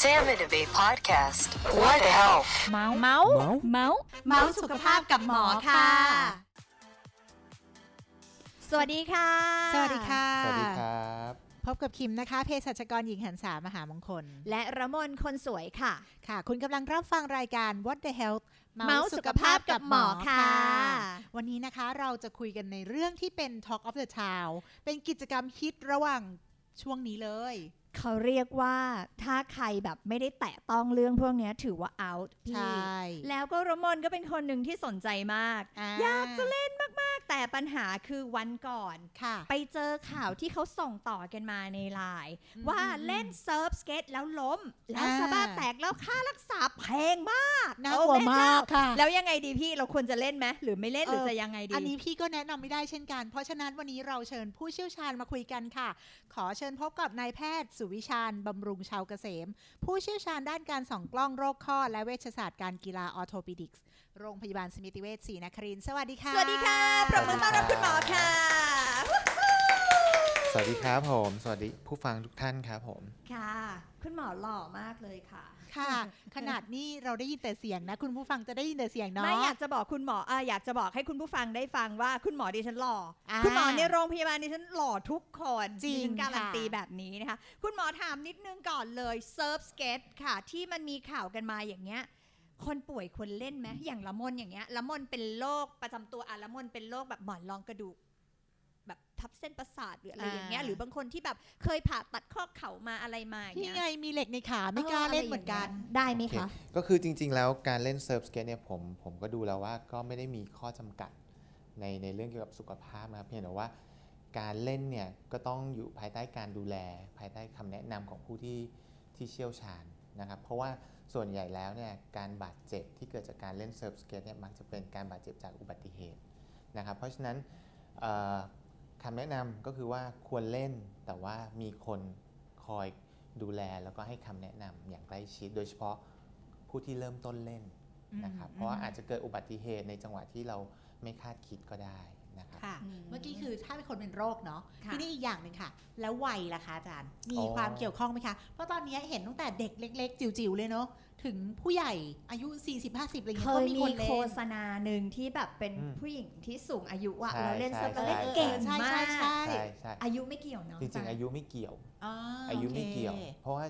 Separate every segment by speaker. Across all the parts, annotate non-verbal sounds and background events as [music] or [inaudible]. Speaker 1: Sam and Abe podcast. What the health?
Speaker 2: เมาส์เมาส์เมาส์
Speaker 3: เมาส์สุขภาพกับหมอค่ะ
Speaker 2: สวัสดีค่ะ
Speaker 3: สวัสดีค่ะ
Speaker 4: สวัสดีครับ
Speaker 3: พบกับคิมนะคะ เภสัชกรหญิงหันสามหามงคล
Speaker 2: และระมนคนสวยค่ะ
Speaker 3: ค่ะ คุณกำลังรับฟังรายการ What the Health
Speaker 2: เมาส์สุขภาพกับหมอค่ะ
Speaker 3: วันนี้นะคะเราจะคุยกันในเรื่องที่เป็น Talk of the Town เป็นกิจกรรมฮิตระหว่างช่วงนี้เลย
Speaker 2: เขาเรียกว่าถ้าใครแบบไม่ได้แตะต้องเรื่องพวกเนี้ยถือว่า out
Speaker 3: ใช
Speaker 2: พี่
Speaker 3: ่
Speaker 2: แล้วก็ระมนก็เป็นคนหนึ่งที่สนใจมาก อยากจะเล่น มากแต่ปัญหาคือวันก่อน
Speaker 3: ค่ะ
Speaker 2: ไปเจอข่าวที่เขาส่งต่อกันมาในไลน์ว่าเล่นเซิร์ฟสเก็ตแล้วล้ม แล้ว
Speaker 3: อ่า
Speaker 2: สะบ้าแตกแล้วค่ารักษาแพงมาก
Speaker 3: น่า
Speaker 2: โอ้
Speaker 3: กลัว
Speaker 2: แเจ้
Speaker 3: มากค่ะ
Speaker 2: แล้วยังไงดีพี่เราควรจะเล่นไหมหรือไม่เล่น
Speaker 3: เออ
Speaker 2: หรือจะยังไงดี
Speaker 3: อันนี้พี่ก็แนะนำไม่ได้เช่นกัน เพราะฉะนั้นวันนี้เราเชิญผู้เชี่ยวชาญมาคุยกันค่ะ ขอเชิญพบกับนายแพทย์ สุวิชาญบำรุงชาวเกษม ผู้เชี่ยวชาญด้านการส่องกล้องโรคข้อ และเวชศาสตร์การกีฬาออโทปิดิกส์ โรงพยาบาลสมิติเวชศรีนครินทร์สวัสดีค่ะ
Speaker 2: สวัสดีค่ะปรบมือต้อนรับคุณหมอค่ะ
Speaker 4: สวัสดีครับผม สวัสดีผู้ฟังทุกท่านครับผม
Speaker 2: ค่ะ คุณหมอหล่อมากเลยค่ะ
Speaker 3: ค่ะ ขนาดนี้เราได้ยินแต่เสียงนะ คุณผู้ฟังจะได้ยินแต่เสียงเนาะ
Speaker 2: ไม่อยากจะบอกคุณหมอเอ่ออยากจะบอกให้คุณผู้ฟังได้ฟังว่าคุณหมอดิฉันหล่ออา คุณหมอในโรงพยาบาลดิฉันหล่อทุกคน
Speaker 3: จริง
Speaker 2: ดิฉันการันตี
Speaker 3: ค่ะ
Speaker 2: แบบนี้นะคะ คุณหมอถามนิดนึงก่อนเลยเซิร์ฟสเก็ตค่ะ ที่มันมีข่าวกันมาอย่างเงี้ย คนป่วยควรเล่นไหมอย่างละมนอย่างเงี้ยละมนเป็นโรคประจำตัวอะละมนเป็นโรคแบบหมอนรองกระดูก แบบทับเส้นประสาทหรืออะไรอย่างเงี้ย
Speaker 3: อ่า
Speaker 2: หรือบางคนที่แบบเคยผ่าตัดข้อเข่ามาอะไรมาอย่าง
Speaker 3: ที่
Speaker 2: เงี้ย
Speaker 3: ไงมีเหล็กในขาไม่กล้าเล่นเหมือนกัน
Speaker 2: ได้ไหมคะ
Speaker 4: โอเก็คือจริง ๆ แล้วการเล่นเซิร์ฟสเก็ตเนี่ยผมผมก็ดูแล้วว่าก็ไม่ได้มีข้อจำกัดในในเรื่องเกี่ยวกับสุขภาพนะครับเพียงแต่ว่าการเล่นเนี่ยก็ต้องอยู่ภายใต้การดูแล ภายใต้คำแนะนำของผู้ที่ที่เชี่ยวชาญนะครับ เพราะว่าส่วนใหญ่แล้วเนี่ยการบาดเจ็บที่เกิดจากการเล่นเซิร์ฟสเก็ตเนี่ยมักจะเป็นการบาดเจ็บจากอุบัติเหตุนะครับ เพราะฉะนั้นเอ่อคำแนะนำก็คือว่าควรเล่นแต่ว่ามีคนคอยดูแลแล้วก็ให้คำแนะนำอย่างใกล้ชิดโดยเฉพาะ ผู้ที่เริ่มต้นเล่นนะครับ เพราะว่าอาจจะเกิดอุบัติเหตุในจังหวะที่เราไม่คาดคิดก็ได้นะครับ
Speaker 3: ค่ะ
Speaker 2: อืม
Speaker 3: เมื่อกี้คือถ้าเป็นคนเป็นโรคเนาะ
Speaker 2: ค่ะ
Speaker 3: ทีนี้อีกอย่างหนึ่งค่ะ แล้ววัยล่ะคะอาจารย์ มี
Speaker 4: อ๋อ
Speaker 3: ความเกี่ยวข้องไหมคะ เพราะตอนนี้เห็นตั้งแต่เด็กเล็ก ๆ จิ๋วๆเลยเนาะถึงผู้ใหญ่อายุ 40 50อะไรอย่าง
Speaker 2: เค
Speaker 3: เงี้ยก็
Speaker 2: ย
Speaker 3: มี
Speaker 2: มี
Speaker 3: คนเล่
Speaker 2: โฆ
Speaker 3: น
Speaker 2: ษณาหนึ่งที่แบบเป็น
Speaker 4: อืม
Speaker 2: ผู้หญิงที่สูงอายุอะ
Speaker 4: ใช่
Speaker 2: แล้วเล่น
Speaker 4: ใช่
Speaker 2: สเปเล่น
Speaker 4: ษ
Speaker 2: เก่ง
Speaker 3: ใช่
Speaker 2: มา
Speaker 3: ใช่
Speaker 2: ก
Speaker 3: ใช่
Speaker 4: ใช่ใช่
Speaker 2: อายุไม่เกี่ยวเนาะ
Speaker 4: จริงๆ อายุไม่เกี่ยว อายุไม่เกี่ยว เพราะว่า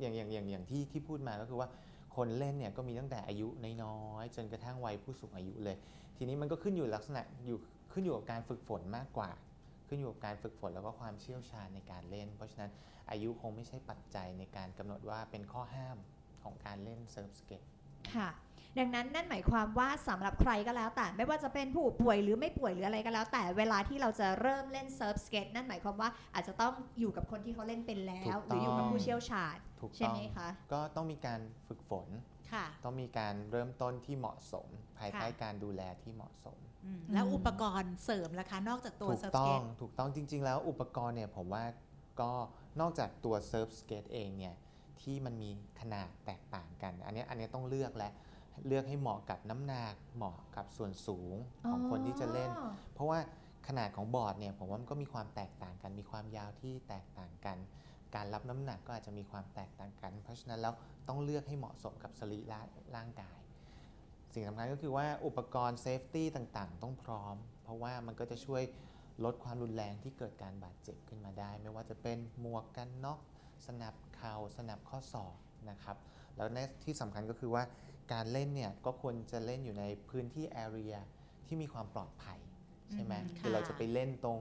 Speaker 4: อย่างอย่างอย่างอย่างที่ที่พูดมาก็คือว่าคนเล่นเนี่ยก็มีตั้งแต่อายุน้อยๆจนกระทั่งวัยผู้สูงอายุเลย ทีนี้มันก็ขึ้นอยู่ลักษณะอยู่ขึ้นอยู่กับการฝึกฝนมากกว่า ขึ้นอยู่กับการฝึกฝนแล้วก็ความเชี่ยวชาญในการเล่น เพราะฉะนั้นอายุคงไม่ใช่ปัจจัยในการกำหนดว่าเป็นข้อห้ามของการเล่นเซิร์ฟสเก็ต
Speaker 2: ค่ะ ดังนั้นนั่นหมายความว่าสำหรับใครก็แล้วแต่ไม่ว่าจะเป็นผู้ป่วยหรือไม่ป่วยหรืออะไรก็แล้ว แต่เวลาที่เราจะเริ่มเล่นเซิร์ฟสเก็ตนั่นหมายความว่าอาจจะต้องอยู่กับคนที่เขาเล่นเป็นแล้ว
Speaker 4: ถูก
Speaker 2: หรือ อง อ
Speaker 4: ต้
Speaker 2: ยู่กับผู้เชี่ยวชาญ
Speaker 4: ถูก
Speaker 2: ใช่
Speaker 4: ต้อง
Speaker 2: ไหมคะ
Speaker 4: ก็ต้องมีการฝึกฝน
Speaker 3: ค่ะ
Speaker 4: ต้องมีการเริ่มต้นที่เหมาะสม ภายใต้การดูแลที่เหมาะสม
Speaker 3: อืมแล้วอุปกรณ์เสริมล่ะคะ นอกจากตัว
Speaker 4: ถูก
Speaker 3: เซิร์ฟส
Speaker 4: ต้อ
Speaker 3: เก็
Speaker 4: ง
Speaker 3: ต
Speaker 4: ถูกต้องจริง ๆ แล้วอุปกรณ์เนี่ยผมว่าก็นอกจากตัวเซิร์ฟสเกตเองเนี่ยที่มันมีขนาดแตกต่างกัน อันเนี้ยอันเนี้ยต้องเลือกแล้วเลือกให้เหมาะกับน้ำหนักเหมาะกับส่วนสูงของคนที่จะเล่น เพราะว่าขนาดของบอร์ดเนี่ยผมว่ามันก็มีความแตกต่างกัน มีความยาวที่แตกต่างกัน การรับน้ำหนักก็อาจจะมีความแตกต่างกัน เพราะฉะนั้นแล้วต้องเลือกให้เหมาะสมกับสรีระร่างกาย สิ่งสำคัญก็คือว่าอุปกรณ์เซฟตี้ต่างๆ ต้องพร้อม เพราะว่ามันก็จะช่วยลดความรุนแรงที่เกิดการบาดเจ็บขึ้นมาได้ ไม่ว่าจะเป็นหมวกกันน็อกสนับเข่าสนับข้อศอกนะครับ แล้วในที่สำคัญก็คือว่าการเล่นเนี่ยก็ควรจะเล่นอยู่ในพื้นที่แอเรียที่มีความปลอดภัยใช่ไหม
Speaker 3: อืม
Speaker 4: คือเรา
Speaker 3: ค่ะ
Speaker 4: จะไปเล่นตรง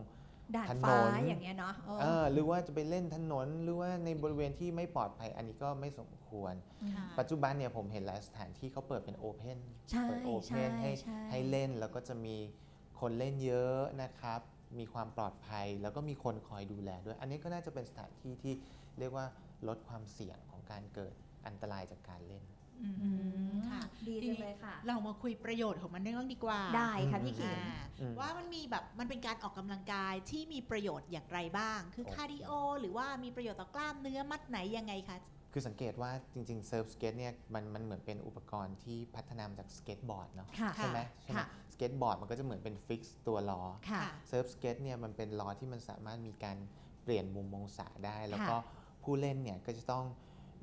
Speaker 2: ด่าน
Speaker 4: ถนน
Speaker 2: ฟ้าอย่างเงี้ยเนาะ
Speaker 4: เออหรือว่าจะไปเล่นถนนหรือว่าในบริเวณที่ไม่ปลอดภัยอันนี้ก็ไม่สมควร
Speaker 2: ค่ะ
Speaker 4: ปัจจุบันเนี่ยผมเห็นหลายสถานที่เขาเปิดเป็นโอเพน
Speaker 2: ใช่
Speaker 4: เปิดโอเพ
Speaker 2: ใช่
Speaker 4: นให้
Speaker 2: ใช่
Speaker 4: ให้เล่นแล้วก็จะมีคนเล่นเยอะนะครับ มีความปลอดภัยแล้วก็มีคนคอยดูแลด้วย อันนี้ก็น่าจะเป็นสถานที่ที่เรียกว่าลดความเสี่ยงของการเกิดอันตรายจากการเล่น
Speaker 2: อืม
Speaker 3: ค่ะ
Speaker 2: ดีจังเลยค่ะ
Speaker 3: เรามาคุยประโยชน์ของมันบ้างดีกว่า
Speaker 2: ได้ค่ะพี่ขิง
Speaker 3: อ่า
Speaker 4: อืม
Speaker 3: ว่ามันมีแบบมันเป็นการออกกำลังกายที่มีประโยชน์อย่างไรบ้าง คือคาร์ดิโอ หรือว่ามีประโยชน์ต่อกล้ามเนื้อมัดไหนยังไงคะ
Speaker 4: คือสังเกตว่าจริงๆเซิร์ฟสเก็ตเนี่ยมันมันเหมือนเป็นอุปกรณ์ที่พัฒนามาจากสเก็ตบอร์ดเนาะ
Speaker 2: ค่ะ
Speaker 4: ใช่ไหมใช่ไหม
Speaker 2: ค่ะ
Speaker 4: สเก็ตบอร์ดมันก็จะเหมือนเป็นฟิกซ์ตัวล้อ
Speaker 2: ค่ะ
Speaker 4: เซิร์ฟสเก็ตเนี่ยมันเป็นล้อที่มันสามารถมีการเปลี่ยนมุมองศาได้ แล้วก็ผู้เล่นเนี่ยก็จะต้อง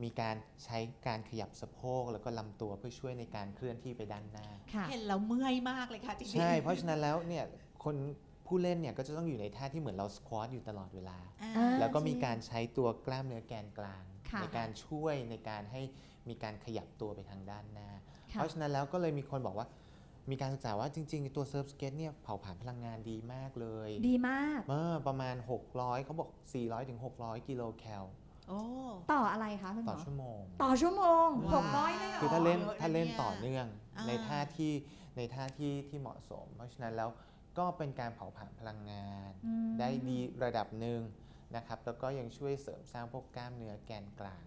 Speaker 4: มีการใช้การขยับสะโพกแล้วก็ลำตัวเพื่อช่วยในการเคลื่อนที่ไปด้านหน้า
Speaker 2: ค่ะ
Speaker 3: เห็นแล้วเมื่อยมากเลยค่ะจริงๆ
Speaker 4: ใช่ เพราะฉะนั้นแล้วเนี่ยคนผู้เล่นเนี่ยก็จะต้องอยู่ในท่าที่เหมือนเราสควอตอยู่ตลอดเวลา
Speaker 3: อ่า
Speaker 2: อ่า
Speaker 4: แล้วก็มีการใช้ตัวกล้ามเนื้อแกนกลาง
Speaker 2: ค่ะ
Speaker 4: ในการช่วยในการให้มีการขยับตัวไปทางด้านหน้า
Speaker 2: ค่ะ
Speaker 4: เพราะฉะนั้นแล้วก็เลยมีคนบอกว่า มีการศึกษาว่าจริงๆ ตัวเซิร์ฟสเก็ตเนี่ยเผาผลาญพลังงานดีมากเลย
Speaker 2: ดีมาก
Speaker 4: เมื่อประมาณ 600 เขาบอก 400ถึง600 กิโลแคล
Speaker 3: โอ้
Speaker 2: ต่ออะไรคะคุณหม
Speaker 4: ต่อ
Speaker 2: อ
Speaker 4: ชั่วโมง
Speaker 2: ต่อชั่วโมง
Speaker 3: ว้าว
Speaker 2: หกร้อยเลยเหร
Speaker 4: คือถ้า
Speaker 2: อ
Speaker 4: เล่น
Speaker 3: เยอะนะ
Speaker 4: ถ้าเล่น
Speaker 3: เนี่ย
Speaker 4: ต่อเนื่อง
Speaker 3: อ่า
Speaker 4: ในท่าที่ในท่าที่ที่เหมาะสม เพราะฉะนั้นแล้วก็เป็นการเผาผลาญพลังงาน
Speaker 2: อืม
Speaker 4: ได้ดีระดับหนึ่งนะครับ แล้วก็ยังช่วยเสริมสร้างพวกกล้ามเนื้อแกนกลาง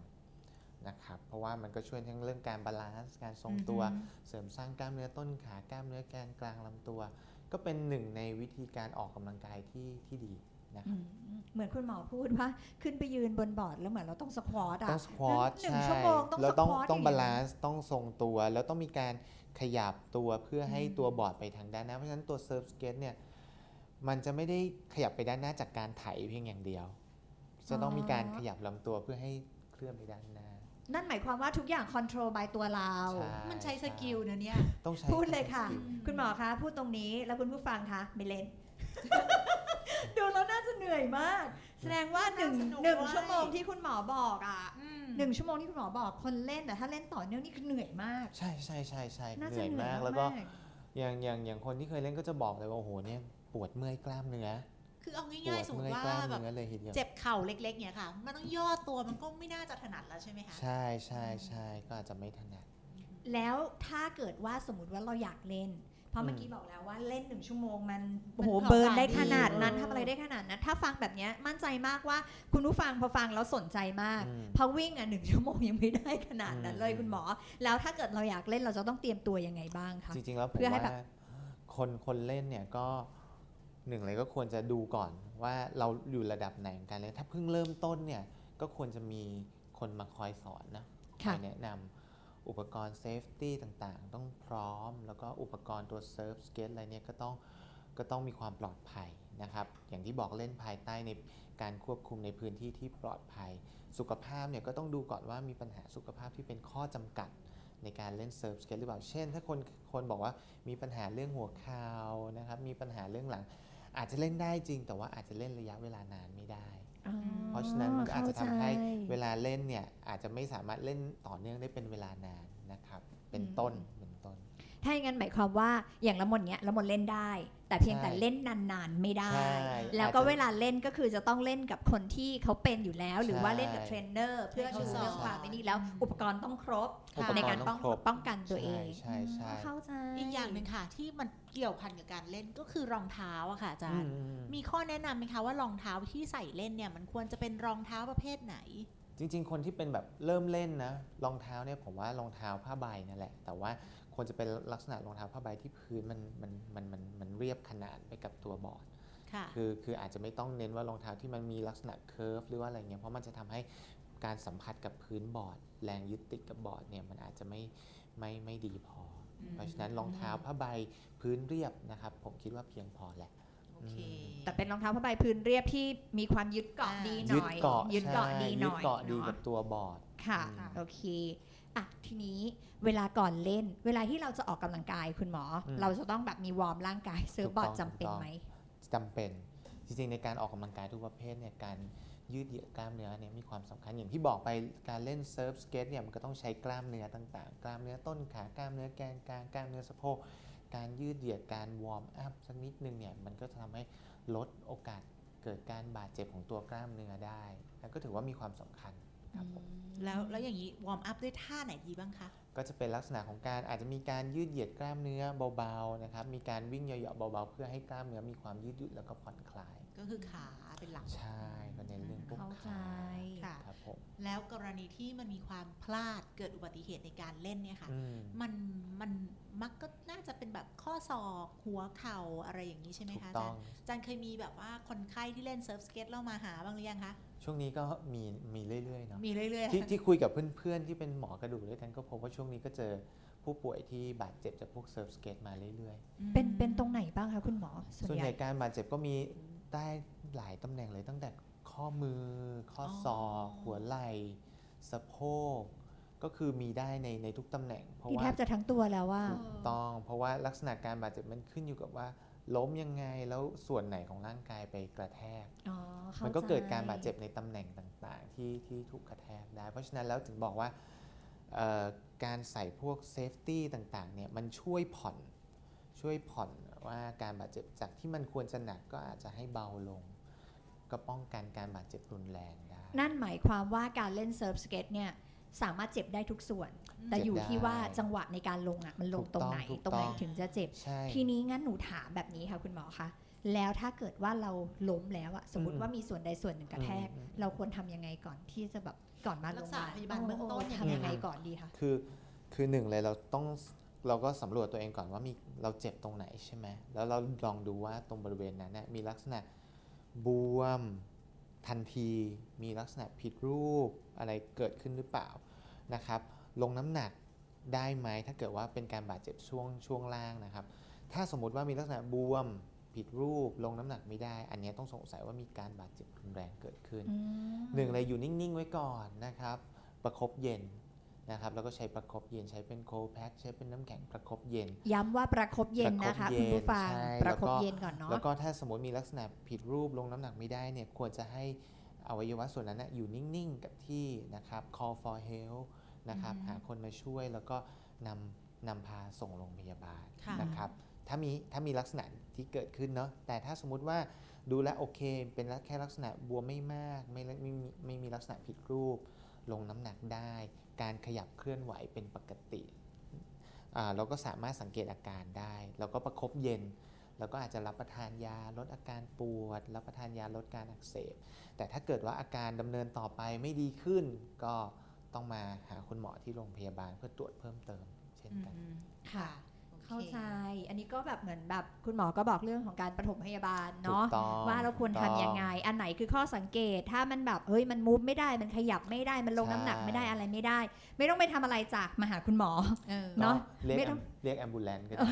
Speaker 4: นะครับ เพราะว่ามันก็ช่วยทั้งเรื่องการบาลานซ์การทรงตัว
Speaker 2: อืม
Speaker 4: เสริมสร้างกล้ามเนื้อต้นขากล้ามเนื้อแกนกลางลำตัว ก็เป็นหนึ่งในวิธีการออกกำลังกายที่ที่ดีนะ
Speaker 2: อืมเหมือนคุณหมอพูดว่า ขึ้นไปยืนบนบอร์ดแล้วเหมือนเราต้องสควอตอะ
Speaker 4: ต้องสควอต
Speaker 2: หนึ่ง
Speaker 4: ใช่
Speaker 2: ชั่วโมงต้อง
Speaker 4: แล้วต้อง
Speaker 2: squat
Speaker 4: ต้อง
Speaker 2: อย่างเดียว
Speaker 4: บาลานซ์ต้องทรงตัว แล้วต้องมีการขยับตัวเพื่อให้
Speaker 2: อืม
Speaker 4: ตัวบอร์ดไปทางด้านหน้าเพราะฉะนั้นตัวเซิร์ฟสเก็ตเนี่ยมันจะไม่ได้ขยับไปด้านหน้าจากการไถเพียงอย่างเดียว จะต้องมีการขยับลำตัวเพื่อให้เคลื่อนไปด้านหน้า
Speaker 2: นั่นหมายความว่าทุกอย่างคอนโทรล by ตัวเรา
Speaker 4: ใช่
Speaker 3: มันใช้สกิลนะเนี่ย
Speaker 4: ต้องใช้
Speaker 2: พูดเลยค่ะ
Speaker 4: สกิล
Speaker 2: คุณหมอคะ พูดตรงนี้แล้วคุณผู้ฟังคะไม่เล่น
Speaker 4: [laughs]
Speaker 2: ดูแล้วน่าจะเหนื่อยมาก แสดงว่าหนึ่ง
Speaker 3: น่าสนุก
Speaker 2: หนึ่ง
Speaker 3: ด้วย
Speaker 2: ชั่วโมงที่คุณหมอบอกอ่ะ
Speaker 3: อืม
Speaker 2: หนึ่งชั่วโมงที่คุณหมอบอกคนเล่นแต่ถ้าเล่นต่อเนื่องนี่คือเหนื่อยมาก
Speaker 4: ใช่ใช่ใช่ใช่
Speaker 2: น่า
Speaker 4: เห
Speaker 2: จะ
Speaker 4: นื่อย
Speaker 2: เหนื่อยา
Speaker 4: มาม
Speaker 2: ก ก
Speaker 4: แล้วก็อย่างอย่างอย่างคนที่เคยเล่นก็จะบอกเลยว่าโอ้โหเนี่ยปวดเมื่อยกล้ามเนื้อ
Speaker 3: คือเอา
Speaker 4: ป
Speaker 3: ง่า
Speaker 4: วย ด
Speaker 3: ๆ สมม
Speaker 4: เมื่อย
Speaker 3: ติว่าก
Speaker 4: ล้าม
Speaker 3: แบบ
Speaker 4: เนื้อเลยทีเดียว
Speaker 3: เจ็บเข่าเล็กๆเนี่ยค่ะ มันต้องย่อตัวมันก็ไม่น่าจะถนัดแล้วใช่ไหมคะ
Speaker 4: ใช่ใช่ใช่ก็อาจจะไม่ถนัด
Speaker 2: แล้วถ้าเกิดว่าสมมติว่าเราอยากเล่น เพราะ
Speaker 4: อืม
Speaker 2: เมื่อกี้บอกแล้วว่าเล่นหนึ่งชั่วโมงมัน
Speaker 3: มัน
Speaker 2: โอ้โห
Speaker 3: เผา
Speaker 2: เบิร์น
Speaker 3: ผลาญ
Speaker 2: ได้
Speaker 3: ดี
Speaker 2: ขนาดนั้น
Speaker 3: เออ
Speaker 2: ทำอะไรได้ขนาดนั้นถ้าฟังแบบเนี้ยมั่นใจมากว่า คุณผู้ฟังพอฟังแล้วสนใจมาก
Speaker 4: อืม
Speaker 2: เพราะวิ่งอ่ะหนึ่งชั่วโมงยังไม่ได้ขนาดนั้นเลย
Speaker 4: อืม
Speaker 2: คุณหมอ แล้วถ้าเกิดเราอยากเล่นเราจะต้องเตรียมตัวยังไงบ้างคะ
Speaker 4: จริงๆแล้วผ
Speaker 2: เพื่
Speaker 4: ม
Speaker 2: อให้
Speaker 4: ว่า
Speaker 2: แบบ
Speaker 4: คนคนเล่นเนี่ยก็หนึ่งเลยก็ควรจะดูก่อนว่าเราอยู่ระดับไหนของการเล่นถ้าเพิ่งเริ่มต้นเนี่ยก็ควรจะมีคนมาคอยสอนนะค
Speaker 2: ค่ะ
Speaker 4: อยแนะนำอุปกรณ์เซฟตี้ต่างๆ ต้องพร้อม แล้วก็อุปกรณ์ตัวเซิร์ฟสเก็ตอะไรเนี่ยก็ต้องก็ต้องมีความปลอดภัยนะครับ อย่างที่บอกเล่นภายใต้ในการควบคุมในพื้นที่ที่ปลอดภัย สุขภาพเนี่ยก็ต้องดูก่อนว่ามีปัญหาสุขภาพที่เป็นข้อจำกัด ในการเล่นเซิร์ฟสเก็ตหรือเปล่า เช่น ถ้าคนคนบอกว่ามีปัญหาเรื่องหัวเข่านะครับ มีปัญหาเรื่องหลัง อาจจะเล่นได้จริง แต่ว่าอาจจะเล่นระยะเวลานานไม่ได้ เพราะฉะนั้นมันก็อาจจะทำให้เวลาเล่นเนี่ยอาจจะไม่สามารถเล่นต่อเนื่องได้เป็นเวลานานนะครับ เป็นต้นเป็นต้น
Speaker 2: ถ้าอย่างนั้นหมายความว่าอย่างละมนเนี้ยละมนเล่นได้ แต่เพียงแต่
Speaker 4: ใช่
Speaker 2: เล่นนานๆไม่ได้
Speaker 4: ใช่
Speaker 2: แล้วก็
Speaker 4: อาจจะ
Speaker 2: เวลาเล่นก็คือจะต้องเล่นกับคนที่เขาเป็นอยู่แล้ว หรือว่า
Speaker 4: ใช่
Speaker 2: เล่นกับเทรนเนอร์เพื่อ
Speaker 3: ให้
Speaker 2: ดู
Speaker 3: เขาสอน
Speaker 2: เรื่องความไอ้นี่แล้ว อุปกรณ์ต้องครบ
Speaker 4: อุปกรณ์
Speaker 2: ในการป้อง
Speaker 4: ต้องครบ
Speaker 2: ป้องกันตัวเอง
Speaker 4: ใช่ใช่
Speaker 2: อ๋อ
Speaker 4: ใช่
Speaker 2: เข้าใจ
Speaker 3: อีกอย่างหนึ่งค่ะ ที่มันเกี่ยวพันกับการเล่นก็คือรองเท้าอะค่ะอาจารย์
Speaker 4: อืม
Speaker 3: มีข้อแนะนำไหมคะว่ารองเท้าที่ใส่เล่นเนี่ยมันควรจะเป็นรองเท้าประเภทไหน
Speaker 4: จริงๆ คนที่เป็นแบบเริ่มเล่นนะรองเท้าเนี่ยผมว่ารองเท้าผ้าใบนั่นแหละ แต่ว่าควรจะเป็นลักษณะรองเท้าผ้าใบที่พื้นมันมันมันมันมันเรียบขนานไปกับตัวบอร์ด
Speaker 3: ค่ะ
Speaker 4: คือคืออาจจะไม่ต้องเน้นว่ารองเท้าที่มันมีลักษณะเคิร์ฟหรือว่าอะไรเงี้ยเพราะมันจะทำให้การสัมผัสกับพื้นบอร์ด แรงยึดติดกับบอร์ดเนี่ยมันอาจจะไม่ไม่ไม่ดีพออ
Speaker 3: ม
Speaker 4: เพราะฉะนั้นรองเท้าผ้าใบพื้นเรียบนะครับ ผมคิดว่าเพียงพอแหละ
Speaker 3: โอเค
Speaker 2: แต่เป็นรองเท้าผ้าใบพื้นเรียบที่มีความยึดเกาะ
Speaker 3: อ่า
Speaker 2: ดีห
Speaker 4: ยึ
Speaker 2: น่
Speaker 4: ด
Speaker 2: อย
Speaker 4: เกาะ
Speaker 2: ยึดเกาะ
Speaker 4: ใช่
Speaker 2: ดีห
Speaker 4: ยึ
Speaker 2: น่
Speaker 4: ด
Speaker 2: อย
Speaker 4: เกาะดี
Speaker 2: เนอะ
Speaker 4: กับตัวบอร์ด
Speaker 2: ค่ะ
Speaker 4: อืม
Speaker 2: โอเคอ่ะทีนี้เวลาก่อนเล่น เวลาที่เราจะออกกำลังกายคุณหมอ
Speaker 4: อืม
Speaker 2: เราจะต้องแบบมีวอร์มร่างกายเซิร์ฟบอร์ด
Speaker 4: ถูกต้
Speaker 2: จำ
Speaker 4: อง
Speaker 2: เป็นไหม
Speaker 4: จำเป็นจริงๆ ในการออกกำลังกายทุกประเภทเนี่ยการยืดเหยียดกล้ามเนื้อเนี่ยมีความสำคัญอย่างที่บอกไปการเล่นเซิร์ฟสเกตเนี่ยมันก็ต้องใช้กล้ามเนื้อต่างๆ กล้ามเนื้อต้นขากล้ามเนื้อแกนกลางกล้ามเนื้อสะโพกการยืดเหยียดการวอร์มอัพสักนิดนึงเนี่ยมันก็จะทำให้ลดโอกาสเกิดการบาดเจ็บของตัวกล้ามเนื้อได้ แล้วก็ถือว่ามีความสำคัญครับผม
Speaker 3: แล้วแล้วอย่างนี้วอร์มอัพด้วยท่าไหนดีบ้างคะ
Speaker 4: ก็จะเป็นลักษณะของการอาจจะมีการยืดเหยียดกล้ามเนื้อเบาๆนะครับมีการวิ่งเหยาะๆเบาๆ เพื่อให้กล้ามเนื้อมีความยืดหยุ่นแล้วก็ผ่อนคลาย
Speaker 3: ก็คือขาเป็นหลัก
Speaker 4: ใช่ก็เน้นเรื่องพวก
Speaker 2: เข้าใจ
Speaker 4: ขา
Speaker 3: ค่ะ
Speaker 4: ครับผม
Speaker 3: แล้วกรณีที่มันมีความพลาดเกิดอุบัติเหตุในการเล่นเนี่ยค่ะ
Speaker 4: อืม
Speaker 3: มันมันมักก็น่าจะเป็นแบบข้อศอกหัวเข่าอะไรอย่างนี้ใช่ไหม
Speaker 4: ถูก
Speaker 3: คะ
Speaker 4: ต้อง
Speaker 3: อาจารย์อาจารย์เคยมีแบบว่าคนไข้ที่เล่นเซิร์ฟสเก็ตแล้วมาหาบ้างหรือยังคะ
Speaker 4: ช่วงนี้ก็มีมีเรื่อยๆเนาะ
Speaker 3: มีเรื่อย
Speaker 4: ที่ที่คุยกับเพื่อนๆ ที่เป็นหมอกระดูกด้วยกันก็พบว่าช่วงนี้ก็เจอผู้ป่วยที่บาดเจ็บจากพวกเซิร์ฟสเกตมาเรื่อย
Speaker 3: ๆอืม
Speaker 2: เป็นเป็นตรงไหนบ้างคะคุณหมอ
Speaker 4: ๆ ส่วนใหญ่การบาดเจ็บก็มีได้หลายตำแหน่งเลยตั้งแต่ข้อมือ ข้อศอกหัวไหล่ สะโพก ก็คือมีได้ในในทุกตำแหน่ง เพราะ
Speaker 2: ที่แท
Speaker 4: ว่า
Speaker 2: บจะทั้งตัวแล้วว่า
Speaker 4: ถูกต้องเพราะว่าลักษณะการบาดเจ็บมันขึ้นอยู่กับว่า ล้มยังไงแล้วส่วนไหนของร่างกายไปกระแทก
Speaker 2: อ๋อข้า
Speaker 4: มันก็เกิดการ
Speaker 2: ใจ
Speaker 4: บาดเจ็บในตำแหน่งต่างๆ ที่ที่ถูกกระแทกได้ เพราะฉะนั้นแล้วถึงบอกว่าเอ่อการใส่พวกเซฟตี้ต่างๆเนี่ยมันช่วยผ่อนช่วยผ่อนว่าการบาดเจ็บจากที่มันควรจะหนักก็อาจจะให้เบาลง ก็ป้องกันการบาดเจ็บรุนแรงได้
Speaker 2: นั่นหมายความว่าการเล่นเซิร์ฟสเก็ตเนี่ยสามารถเจ็บได้ทุกส่วน แต่อยู่ที่ว่าจังหวะในการลงอ่ะมันลงตรงไหน ตรงไหนถึงจะเจ็บ
Speaker 4: ใช่
Speaker 2: ทีนี้งั้นหนูถามแบบนี้ค่ะคุณหมอคะแล้วถ้าเกิดว่าเราล้มแล้วอะสมมติว่ามีส่วนใดส่วนหนึ่งกระแทก
Speaker 4: อืม
Speaker 2: เราควรทำยังไงก่อนที่จะแบบก่อนมา
Speaker 3: รั
Speaker 2: โรง
Speaker 3: ก
Speaker 2: พ
Speaker 3: ษาย
Speaker 2: า
Speaker 3: พยาบา
Speaker 2: บาล
Speaker 3: ลเบื้องต้นอย่างเงี้ย
Speaker 2: ทำยังไงก่อนดีคะ
Speaker 4: คือคือหนึ่งเลยเราต้องเราก็สำรวจตัวเองก่อนว่ามีเราเจ็บตรงไหนใช่ไหมแล้วเราลองดูว่าตรงบริเวณนั้นนะมีลักษณะบวมทันที มีลักษณะผิดรูปอะไรเกิดขึ้นหรือเปล่านะครับ ลงน้ำหนักได้ไหมถ้าเกิดว่าเป็นการบาดเจ็บช่วงช่วงล่างนะครับ ถ้าสมมุติว่ามีลักษณะบวมผิดรูปลงน้ำหนักไม่ได้ อันเนี้ยต้องสงสัยว่ามีการบาดเจ็บรุนแรงเกิดขึ้น หนึ่งเลยอยู่นิ่ง ๆ ไว้ก่อนนะครับ ประคบเย็นนะครับ แล้วก็ใช้ประคบเย็นใช้เป็นโคแพ็คใช้เป็นน้ำแข็งประคบเย็น
Speaker 2: ย้ำว่าประคบเย็นนะคะ
Speaker 4: ประคบเย็
Speaker 2: คุณ
Speaker 4: น
Speaker 2: ผู้ฟัง
Speaker 4: ใช่
Speaker 2: ประคบ
Speaker 4: แล้วก็
Speaker 2: เย็นก่อนเนาะ
Speaker 4: แล้วก็ถ้าสมมติมีลักษณะผิดรูปลงน้ำหนักไม่ได้เนี่ยควรจะให้อวัยวะส่วนนั้นนะอยู่นิ่ง ๆ กับที่นะครับ call for help นะครับ หาคนมาช่วยแล้วก็นำนำพาส่งโรงพยาบาล
Speaker 3: ค่ะ
Speaker 4: นะครับ ถ้ามีถ้ามีลักษณะที่เกิดขึ้นเนาะแต่ถ้าสมมุติว่าดูแลวโอเค เป็นแค่ลักษณะบวมไม่มาก ไม่ละไม่มีไม่มีลักษณะผิดรูป ลงน้ำหนักได้ การขยับเคลื่อนไหวเป็นปกติอ่าเราก็สามารถสังเกตอาการได้แล้วก็ประคบเย็น แล้วก็อาจจะรับประทานยาลดอาการปวด รับประทานยาลดการอักเสบ แต่ถ้าเกิดว่าอาการดำเนินต่อไปไม่ดีขึ้น ก็ต้องมาหาคุณหมอที่โรงพยาบาลเพื่อตรวจเพิ่มเติม เช่นกัน
Speaker 2: ค่ะ
Speaker 3: โอค
Speaker 2: เข้าใจ อันนี้ก็แบบเหมือนแบบคุณหมอก็บอกเรื่องของการปฐมพยาบาล
Speaker 4: ถูก
Speaker 2: เนาะ
Speaker 4: ต้อง
Speaker 2: ว่าเราควรทำยังไง อันไหนคือข้อสังเกตถ้ามันแบบเฮ้ยมันมูฟไม่ได้มันขยับไม่ได้มันลง
Speaker 4: ใช่
Speaker 2: น้ำหนักไม่ได้อะไรไม่ได้ ไม่ต้องไปทำอะไรจ้ะมาหาคุณหม
Speaker 4: [laughs]
Speaker 2: อ
Speaker 3: เออ
Speaker 2: เนอะ
Speaker 4: ก็เรียก
Speaker 2: ไม่
Speaker 4: แอ
Speaker 2: ต้อ
Speaker 4: ม
Speaker 2: ง
Speaker 4: เรียกแอมบูเลนก็ได้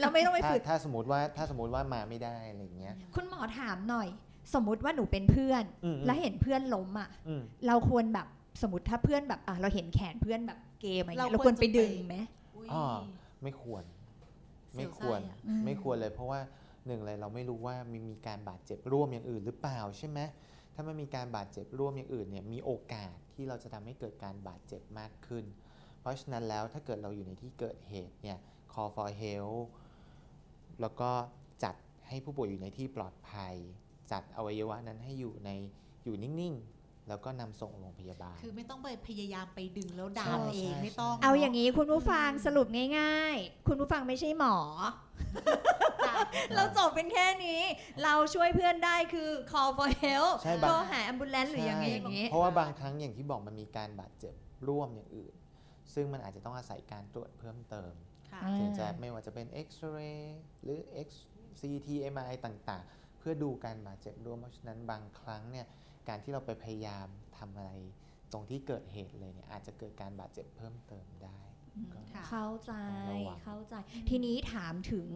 Speaker 2: เราไม่ต้องไป
Speaker 4: ถ้า
Speaker 2: ฝึก
Speaker 4: ถ้าสมมติว่าถ้าสมมติว่ามาไม่ได้อะไรอย่างเงี้ย
Speaker 2: คุณหมอถามหน่อย สมมุติว่าหนูเป็นเพื่อน
Speaker 4: อืม
Speaker 2: แล้วเห็นเพื่อนล้มอ่ะ
Speaker 4: อืม
Speaker 2: เราควรแบบสมมติถ้าเพื่อนแบบอ่ะเราเห็นแขนเพื่อนแบบเกมอะไรเงี้ย
Speaker 3: เรา
Speaker 2: เรา
Speaker 3: ค
Speaker 2: คว ว
Speaker 3: ร
Speaker 2: ร
Speaker 3: จะ
Speaker 2: ไปดึง
Speaker 3: ไป
Speaker 2: ไหม
Speaker 3: อุ๊ย
Speaker 4: อ๋อไม่ควร ไม่ควร
Speaker 3: เสียวไส้อะ
Speaker 2: อืม
Speaker 4: ไม่ควรเลย เพราะว่าหนึ่งเลยเราไม่รู้ว่ามีมีการบาดเจ็บร่วมอย่างอื่นหรือเปล่าใช่ไหมถ้ามันมีการบาดเจ็บร่วมอย่างอื่นเนี่ยมีโอกาสที่เราจะทำให้เกิดการบาดเจ็บมากขึ้น เพราะฉะนั้นแล้วถ้าเกิดเราอยู่ในที่เกิดเหตุเนี่ย call for help แล้วก็จัดให้ผู้ป่วยอยู่ในที่ปลอดภัย จัดอวัยวะนั้นให้อยู่ในอยู่นิ่งๆ แล้วก็นำส่งโรงพยาบาล
Speaker 3: คือไม่ต้องไปพยายามไปดึงแล้วดา
Speaker 4: ใช่
Speaker 3: มเอง
Speaker 4: ใช่
Speaker 3: ไม่ต้อง
Speaker 2: เอาอย่างนี้คุณผู้ฟังสรุปง่าย ๆ คุณผู้ฟังไม่ใช่หมอ
Speaker 3: จ้ะ
Speaker 2: [laughs] เราจบเป็นแค่นี้ เราช่วยเพื่อนได้คือ call for help
Speaker 4: ใช่
Speaker 2: โท
Speaker 4: บาง
Speaker 2: รหา ambulance หรือยังไง
Speaker 4: ใช่
Speaker 2: อย่างนี้
Speaker 4: เพราะว่าบางครั้งอย่างที่บอกมันมีการบาดเจ็บร่วมอย่างอื่น ซึ่งมันอาจจะต้องอาศัยการตรวจเพิ่มเติม
Speaker 3: ค่ะ
Speaker 2: อ่า
Speaker 4: ถึงจะไม่ว่าจะเป็นเอ็กซเรย์หรือ X CT MRI ต่างๆ เพื่อดูการบาดเจ็บร่วมเพราะฉะนั้นบางครั้งเนี่ยการที่เราไปพยายามทำอะไรตรงที่เกิดเหตุเลยเนี่ยอาจจะเกิดการบาดเจ็บเพิ่มเติมได้
Speaker 3: ค่ะ
Speaker 2: เข้าใจ
Speaker 4: ต้องระวัง
Speaker 2: เข้าใจ ทีนี้ถามถึง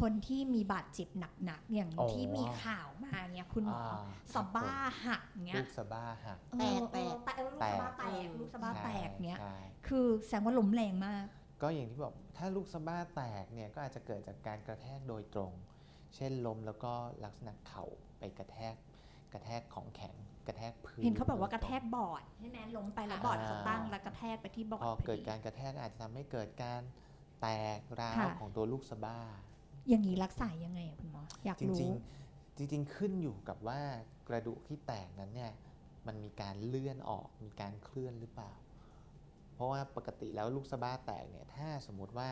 Speaker 2: คนที่มีบาดเจ็บหนักๆ อย่าง
Speaker 4: โอ้
Speaker 2: ที่มีข่าวมาเนี่ยคุณหมอ
Speaker 4: อ่า
Speaker 2: สะบ้าหัก
Speaker 4: ครับผม
Speaker 2: เนี้
Speaker 4: ลู
Speaker 2: ย
Speaker 4: กสะบ้าหัก
Speaker 3: แตกแตก
Speaker 2: เออเออแตกลูกสะบ้าแตกลูกสะบ้าแตกเนี้ย
Speaker 4: ใช่
Speaker 2: คือแสดงว่าล้มแรงมาก
Speaker 4: ก็อย่างที่บอกถ้าลูกสะบ้าแตกเนี่ยก็อาจจะเกิดจากการกระแทกโดยตรง เช่นล้มแล้วก็ลักษณะเข่าไปกระแทกกระแทกของแข็งกระแทกพื้น
Speaker 2: เห็นเขาบอกว่ากระแทกบอร์ดใช่ไหมล้มไปแล้วบอร์ดเขาตั้งแล้วกระแทกไปที่บอร์ด
Speaker 4: พอ
Speaker 2: พอ
Speaker 4: เกิด
Speaker 2: ดี
Speaker 4: การกระแทกอาจจะทำให้เกิดการแตกร้าว
Speaker 2: ค่ะ
Speaker 4: ของตัวลูกสะบ้า
Speaker 2: อย่างนี้รักษายังไงอะคุณหมออยาก
Speaker 4: จริ
Speaker 2: รู้
Speaker 4: งๆจริง ๆ ขึ้นอยู่กับว่ากระดูกที่แตกนั้นเนี่ยมันมีการเลื่อนออกมีการเคลื่อนหรือเปล่า เพราะว่าปกติแล้วลูกสะบ้าแตกเนี่ยถ้าสมมุติว่า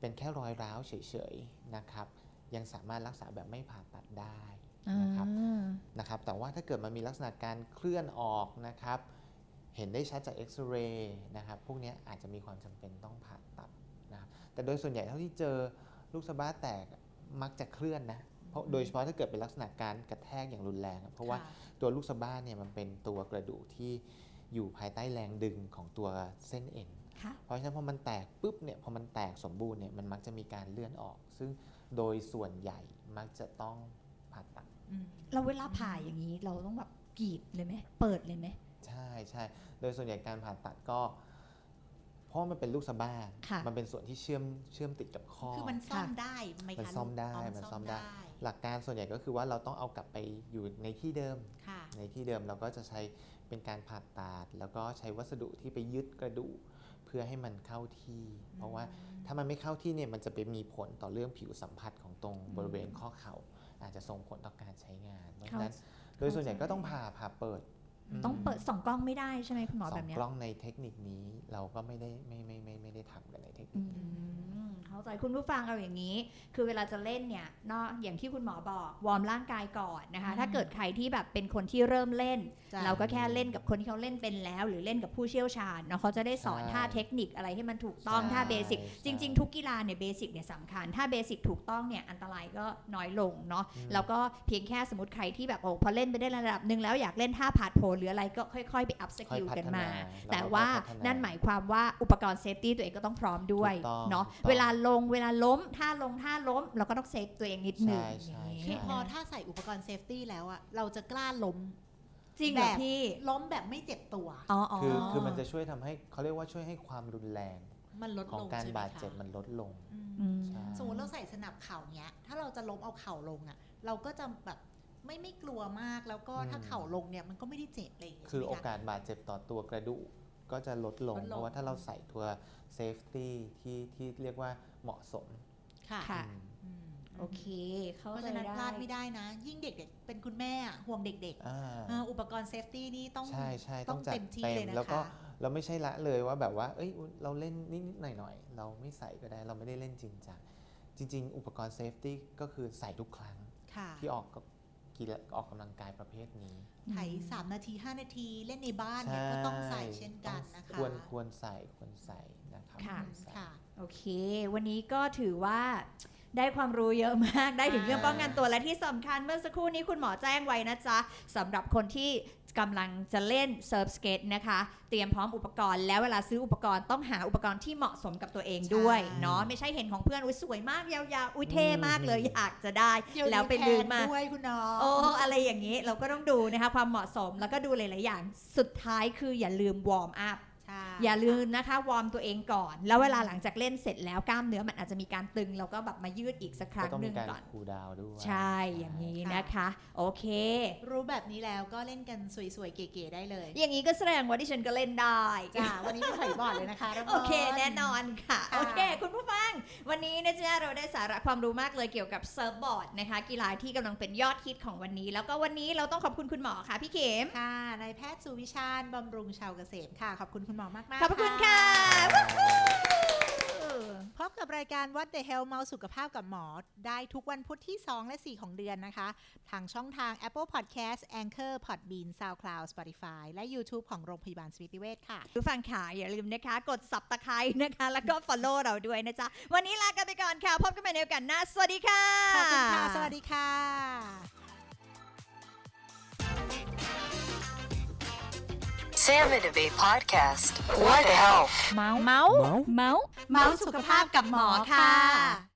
Speaker 4: เป็นแค่รอยร้าวเฉยๆนะครับยังสามารถรักษาแบบไม่ผ่าตัดได้นะครับ นะครับแต่ว่าถ้าเกิดมันมีลักษณะการเคลื่อนออกนะครับ เห็นได้ชัดจากเอ็กซเรย์นะครับพวกเนี้ยอาจจะมีความจำเป็นต้องผ่าตัดนะครับแต่โดยส่วนใหญ่เท่าที่เจอลูกสะบ้าแตกมักจะเคลื่อนนะเพราะโดยเฉพาะถ้าเกิดเป็นลักษณะการกระแทกอย่างรุนแรงอะเพราะว่า
Speaker 3: ค่
Speaker 4: ตัวลูกสะบ้าเนี่ยมันเป็นตัวกระดูกที่อยู่ภายใต้แรงดึงของตัวเส้นเอ็น
Speaker 2: ค่ะ
Speaker 4: เพราะฉะนั้นพอมันแตกปุ๊บเนี่ยพอมันแตกสมบูรณ์เนี่ยมันมักจะมีการเลื่อนออก ซึ่งโดยส่วนใหญ่มักจะต้องผ่าตัด
Speaker 3: อืม
Speaker 2: เราเวลาผ่าอย่างนี้เราต้องแบบกรีดเลยไหม เปิดเลยไหม
Speaker 4: ใช่ ใช่ โดยส่วนใหญ่การผ่าตัดก็ เพราะมันเป็นลูกสะบ้า
Speaker 2: ค่ะ
Speaker 4: มันเป็นส่วนที่เชื่อมเชื่อมติดกับข้อ
Speaker 5: คือมันซ่อมได้ไหมคะ
Speaker 4: มันซ่อมได้
Speaker 5: ลูก
Speaker 4: มันซ่อมได้ หลักการส่วนใหญ่ก็คือว่าเราต้องเอากลับไปอยู่ในที่เดิม
Speaker 5: ค่ะ
Speaker 4: ในที่เดิมเราก็จะใช้เป็นการผ่าตาดัดแล้วก็ใช้วัสดุที่ไปยึดกระดูกเพื่อให้มันเข้าที่ เพราะว่าถ้ามันไม่เข้าที่เนี่ยมันจะไปมีผลต่อเรื่องผิวสัมผัสของตรงบริเวณข้อเข่า อาจจะส่งผลต่อการใช้งานเพราะฉะนั้นโดยส่วนใหญ่ก็ต้องผ่าผ่าเปิดม
Speaker 2: ต้องเปิดสองกล้องไม่ได้ใช่ไหมคุณหมอ
Speaker 4: ส
Speaker 2: แบ
Speaker 4: อบ ง
Speaker 2: เนี้ย
Speaker 4: กล้องในเทคนิคนี้เราก็ไม่ได้ไม่ไม่ไม่ไม่ได้ทำกันในเทคนิค
Speaker 2: อืมเข้าใจคุณผู้ฟังเอาอย่างนี้ คือเวลาจะเล่นเนี่ยเนาะอย่างที่คุณหมอบอกวอร์มร่างกายก่อนนะคะ ถ้าเกิดใครที่แบบเป็นคนที่เริ่มเล่น
Speaker 3: จ้ะ
Speaker 2: เราก็แค่เล่นกับคนที่เขาเล่นเป็นแล้ว หรือเล่นกับผู้เชี่ยวชาญเนาะเขาจะได้สอน
Speaker 4: ใช่
Speaker 2: ท่าเทคนิคอะไรให้มันถูกต้อง
Speaker 4: ใช่
Speaker 2: ท่าเบสิก
Speaker 4: ใช่
Speaker 2: จริง ๆ ทุกกีฬาเนี่ยเบสิกเนี่ยสำคัญ ถ้าเบสิกถูกต้องเนี่ยอันตรายก็น้อยลงเนาะ
Speaker 4: อืม
Speaker 2: แล้วก็เพียงแค่สมมติใครที่แบบโอ้พอเล่นไปได้ระดับหนึ่งแล้วอยากเล่นท่าผาดโผนหรืออะไรก็ค่อยๆ ไปอัพส
Speaker 4: ค่อย
Speaker 2: กิล
Speaker 4: พั
Speaker 2: กัน
Speaker 4: ฒ
Speaker 2: มา
Speaker 4: นา
Speaker 2: แต่
Speaker 4: เรก็
Speaker 2: ว่า
Speaker 4: พัฒ
Speaker 2: นั่นหมายความว่าอุปกรณ์เซฟตี้ตัวเองก็ต้องพร้อมด้วย
Speaker 4: ถูกต้อง
Speaker 2: เนาะ
Speaker 4: ถูกต้อง
Speaker 2: เวลาลงเวลาล้มท่าลงท่าล้ม เราก็ต้องเซฟตัวเองนิดหนึ่ง
Speaker 4: ใช่ใช่
Speaker 2: อย่าง
Speaker 4: ใช่
Speaker 5: คื
Speaker 2: นี้
Speaker 5: อพอถ้าใส่อุปกรณ์เซฟตี้แล้วอะเราจะกล้าล้ม
Speaker 2: จริงเหรอ
Speaker 5: แบบ
Speaker 2: พี่
Speaker 5: ล้มแบบไม่เจ็บตัว
Speaker 2: อ๋ออ๋อ
Speaker 4: คือคือมันจะช่วยทำให้เขาเรียกว่าช่วยให้ความรุนแรง
Speaker 5: มันลด
Speaker 4: ขอ
Speaker 5: ล
Speaker 4: ง
Speaker 5: ง
Speaker 4: การ
Speaker 5: ใช่ไหม
Speaker 4: บาดเจ็บ
Speaker 5: คะ
Speaker 4: มันลดลง
Speaker 5: อืม
Speaker 2: อืม
Speaker 4: ใช่
Speaker 5: สมมติเราใส่สนับเข่าเนี้ย ถ้าเราจะล้มเอาเข่าลงอะเราก็จะแบบไม่ไม่กลัวมากแล้วก็
Speaker 4: อืม
Speaker 5: ถ้าเข่าลงเนี่ยมันก็ไม่ได้เจ็บอะไรย่างเงี้ย
Speaker 4: คือโอ
Speaker 5: ใช่ไหมะ
Speaker 4: กาสบาดเจ็บต่อตัวกระดูกก็จะลดลง
Speaker 5: ลดลง
Speaker 4: เพราะว่าถ้าเราใส่ตัวเซฟตี้ที่ที่เรียกว่าเหมาะสม
Speaker 5: ค่ะ
Speaker 2: ค่ะ
Speaker 4: อืม
Speaker 5: อืม
Speaker 2: โอเค เขา
Speaker 5: เพราะ
Speaker 2: ใจ
Speaker 5: ฉะนั้น
Speaker 2: ได้
Speaker 5: พลาดไม่ได้นะ ยิ่งเด็กๆ เป็นคุณแม่อะห่วงเด็ก
Speaker 4: อ่า
Speaker 5: ๆเอ่ออุปกรณ์เซฟตี้นี่ต้อง
Speaker 4: ใช่ใช่
Speaker 5: ต้
Speaker 4: ต้
Speaker 5: อ
Speaker 4: อง งจัด
Speaker 5: เต็มที่
Speaker 4: เต็
Speaker 5: เลย
Speaker 4: ม
Speaker 5: นะคะ
Speaker 4: แล้วก็เราไม่ใช่ละเลยว่าแบบว่าเอ้ยเราเล่นนิดๆหน่อยๆ เราไม่ใส่ก็ได้เราไม่ได้เล่นจริงจังจริง ๆ อุปกรณ์เซฟตี้ก็คือใส่ทุกครั้ง
Speaker 5: ค่ะ
Speaker 4: ที่ออกกับกีฬาออกกำลังกายประเภทนี้
Speaker 5: ไถสามนาทีห้านาทีเล่นในบ้านเนี่ยก็ต้องใส่เช่นกันนะ
Speaker 4: ต้
Speaker 5: คะ
Speaker 4: องควรควรใส่ควรใส่นะครับ
Speaker 2: ค่ะ
Speaker 4: วรใส่
Speaker 5: ค่ะ
Speaker 2: โอเค วันนี้ก็ถือว่าได้ความรู้เยอะมาก ได้ถึงเรื่องป้องกันตัวและที่สำคัญเมื่อสักครู่นี้คุณหมอแจ้งไว้นะจ๊ะสำหรับคนที่กำลังจะเล่นเซิร์ฟสเกตนะคะ เตรียมพร้อมอุปกรณ์แล้วเวลาซื้ออุปกรณ์ต้องหาอุปกรณ์ที่เหมาะสมกับตัวเองด้วย
Speaker 5: ใช่
Speaker 2: เนาะไม่ใช่เห็นของเพื่อนอุ้ยสวยมากยาวๆอุ้ยเท่มากเลย
Speaker 4: อืม
Speaker 2: อยากจะได้
Speaker 5: เดี๋ยว
Speaker 2: แล้วไป
Speaker 5: นี้
Speaker 2: ลืม
Speaker 5: พ
Speaker 2: มา
Speaker 5: ด้วยคุณน้อง
Speaker 2: โอ้อะไรอย่างนี้เราก็ต้องดูนะคะความเหมาะสมแล้วก็ดูหลาย ๆ อย่างสุดท้ายคืออย่าลืมวอร์มอัพ
Speaker 5: ใช่
Speaker 2: อย่าลืมนะคะ วอร์มตัวเองก่อน แล้วเวลาหลังจากเล่นเสร็จแล้วกล้ามเนื้อมันอาจจะมีการตึง แล้วก็แบบมายืดอีกสักครั้
Speaker 4: ก็
Speaker 2: ง
Speaker 4: ต้อง
Speaker 2: ห
Speaker 4: มี
Speaker 2: นึ่ง
Speaker 4: การ
Speaker 2: ก่อน
Speaker 4: คูลดาวน์ด้วย
Speaker 2: ใช่อย่างนี้นะคะ โอเค
Speaker 5: รู้แบบนี้แล้วก็เล่นกันสวยๆ เก๋ๆได้
Speaker 2: [laughs]
Speaker 5: เลย
Speaker 2: อย่างนี้ก็แสดงว่าดิฉันก็เล่นได้
Speaker 5: จ้าวันนี้ไม่ถอยบอดเลยนะคะน้ง
Speaker 2: โอเค
Speaker 5: บล
Speaker 2: แน่นอนค่ะ
Speaker 5: ค่ะ
Speaker 2: โอเค คุณผู้ฟัง วันนี้นะจ๊ะเราได้สาระความรู้มากเลยเกี่ยวกับเซิร์ฟบอร์ดนะคะ กีฬาที่กำลังเป็นยอดฮิตของวันนี้ แล้วก็วันนี้เราต้องขอบคุณคุณหมอค่ะพี่เข็ม
Speaker 5: ค่ะนายแพทย์สุวิชาญบำรุงชาวเกษมค่ะ ขอบคุณคุณหมอมากๆ
Speaker 2: ขอบพระคุณค่ะ
Speaker 3: พบกับรายการ What the Hell เมาสุขภาพกับหมอ ได้ทุกวันพุธที่ 2 และ 4 ของเดือนนะคะ ทางช่องทาง Apple Podcast Anchor Podbean SoundCloud Spotify และ YouTube ของโรงพยาบาลสมิติเวชค่ะ
Speaker 2: ผู้ฟังค่ะอย่าลืมนะคะ กด subscribe นะคะ แล้วก็ follow เราด้วยนะจ๊ะ วันนี้ลากันไปก่อนค่ะ พบกันใหม่ในโอกาสหน้า สวัสดีค่ะ
Speaker 3: ขอบคุณค่ะ สวัสดีค่ะ
Speaker 1: Sam and Abe Podcast. What health?
Speaker 2: เมาส์ เมาส์ เมาส์
Speaker 5: เมาส์สุขภาพกับหมอค่ะ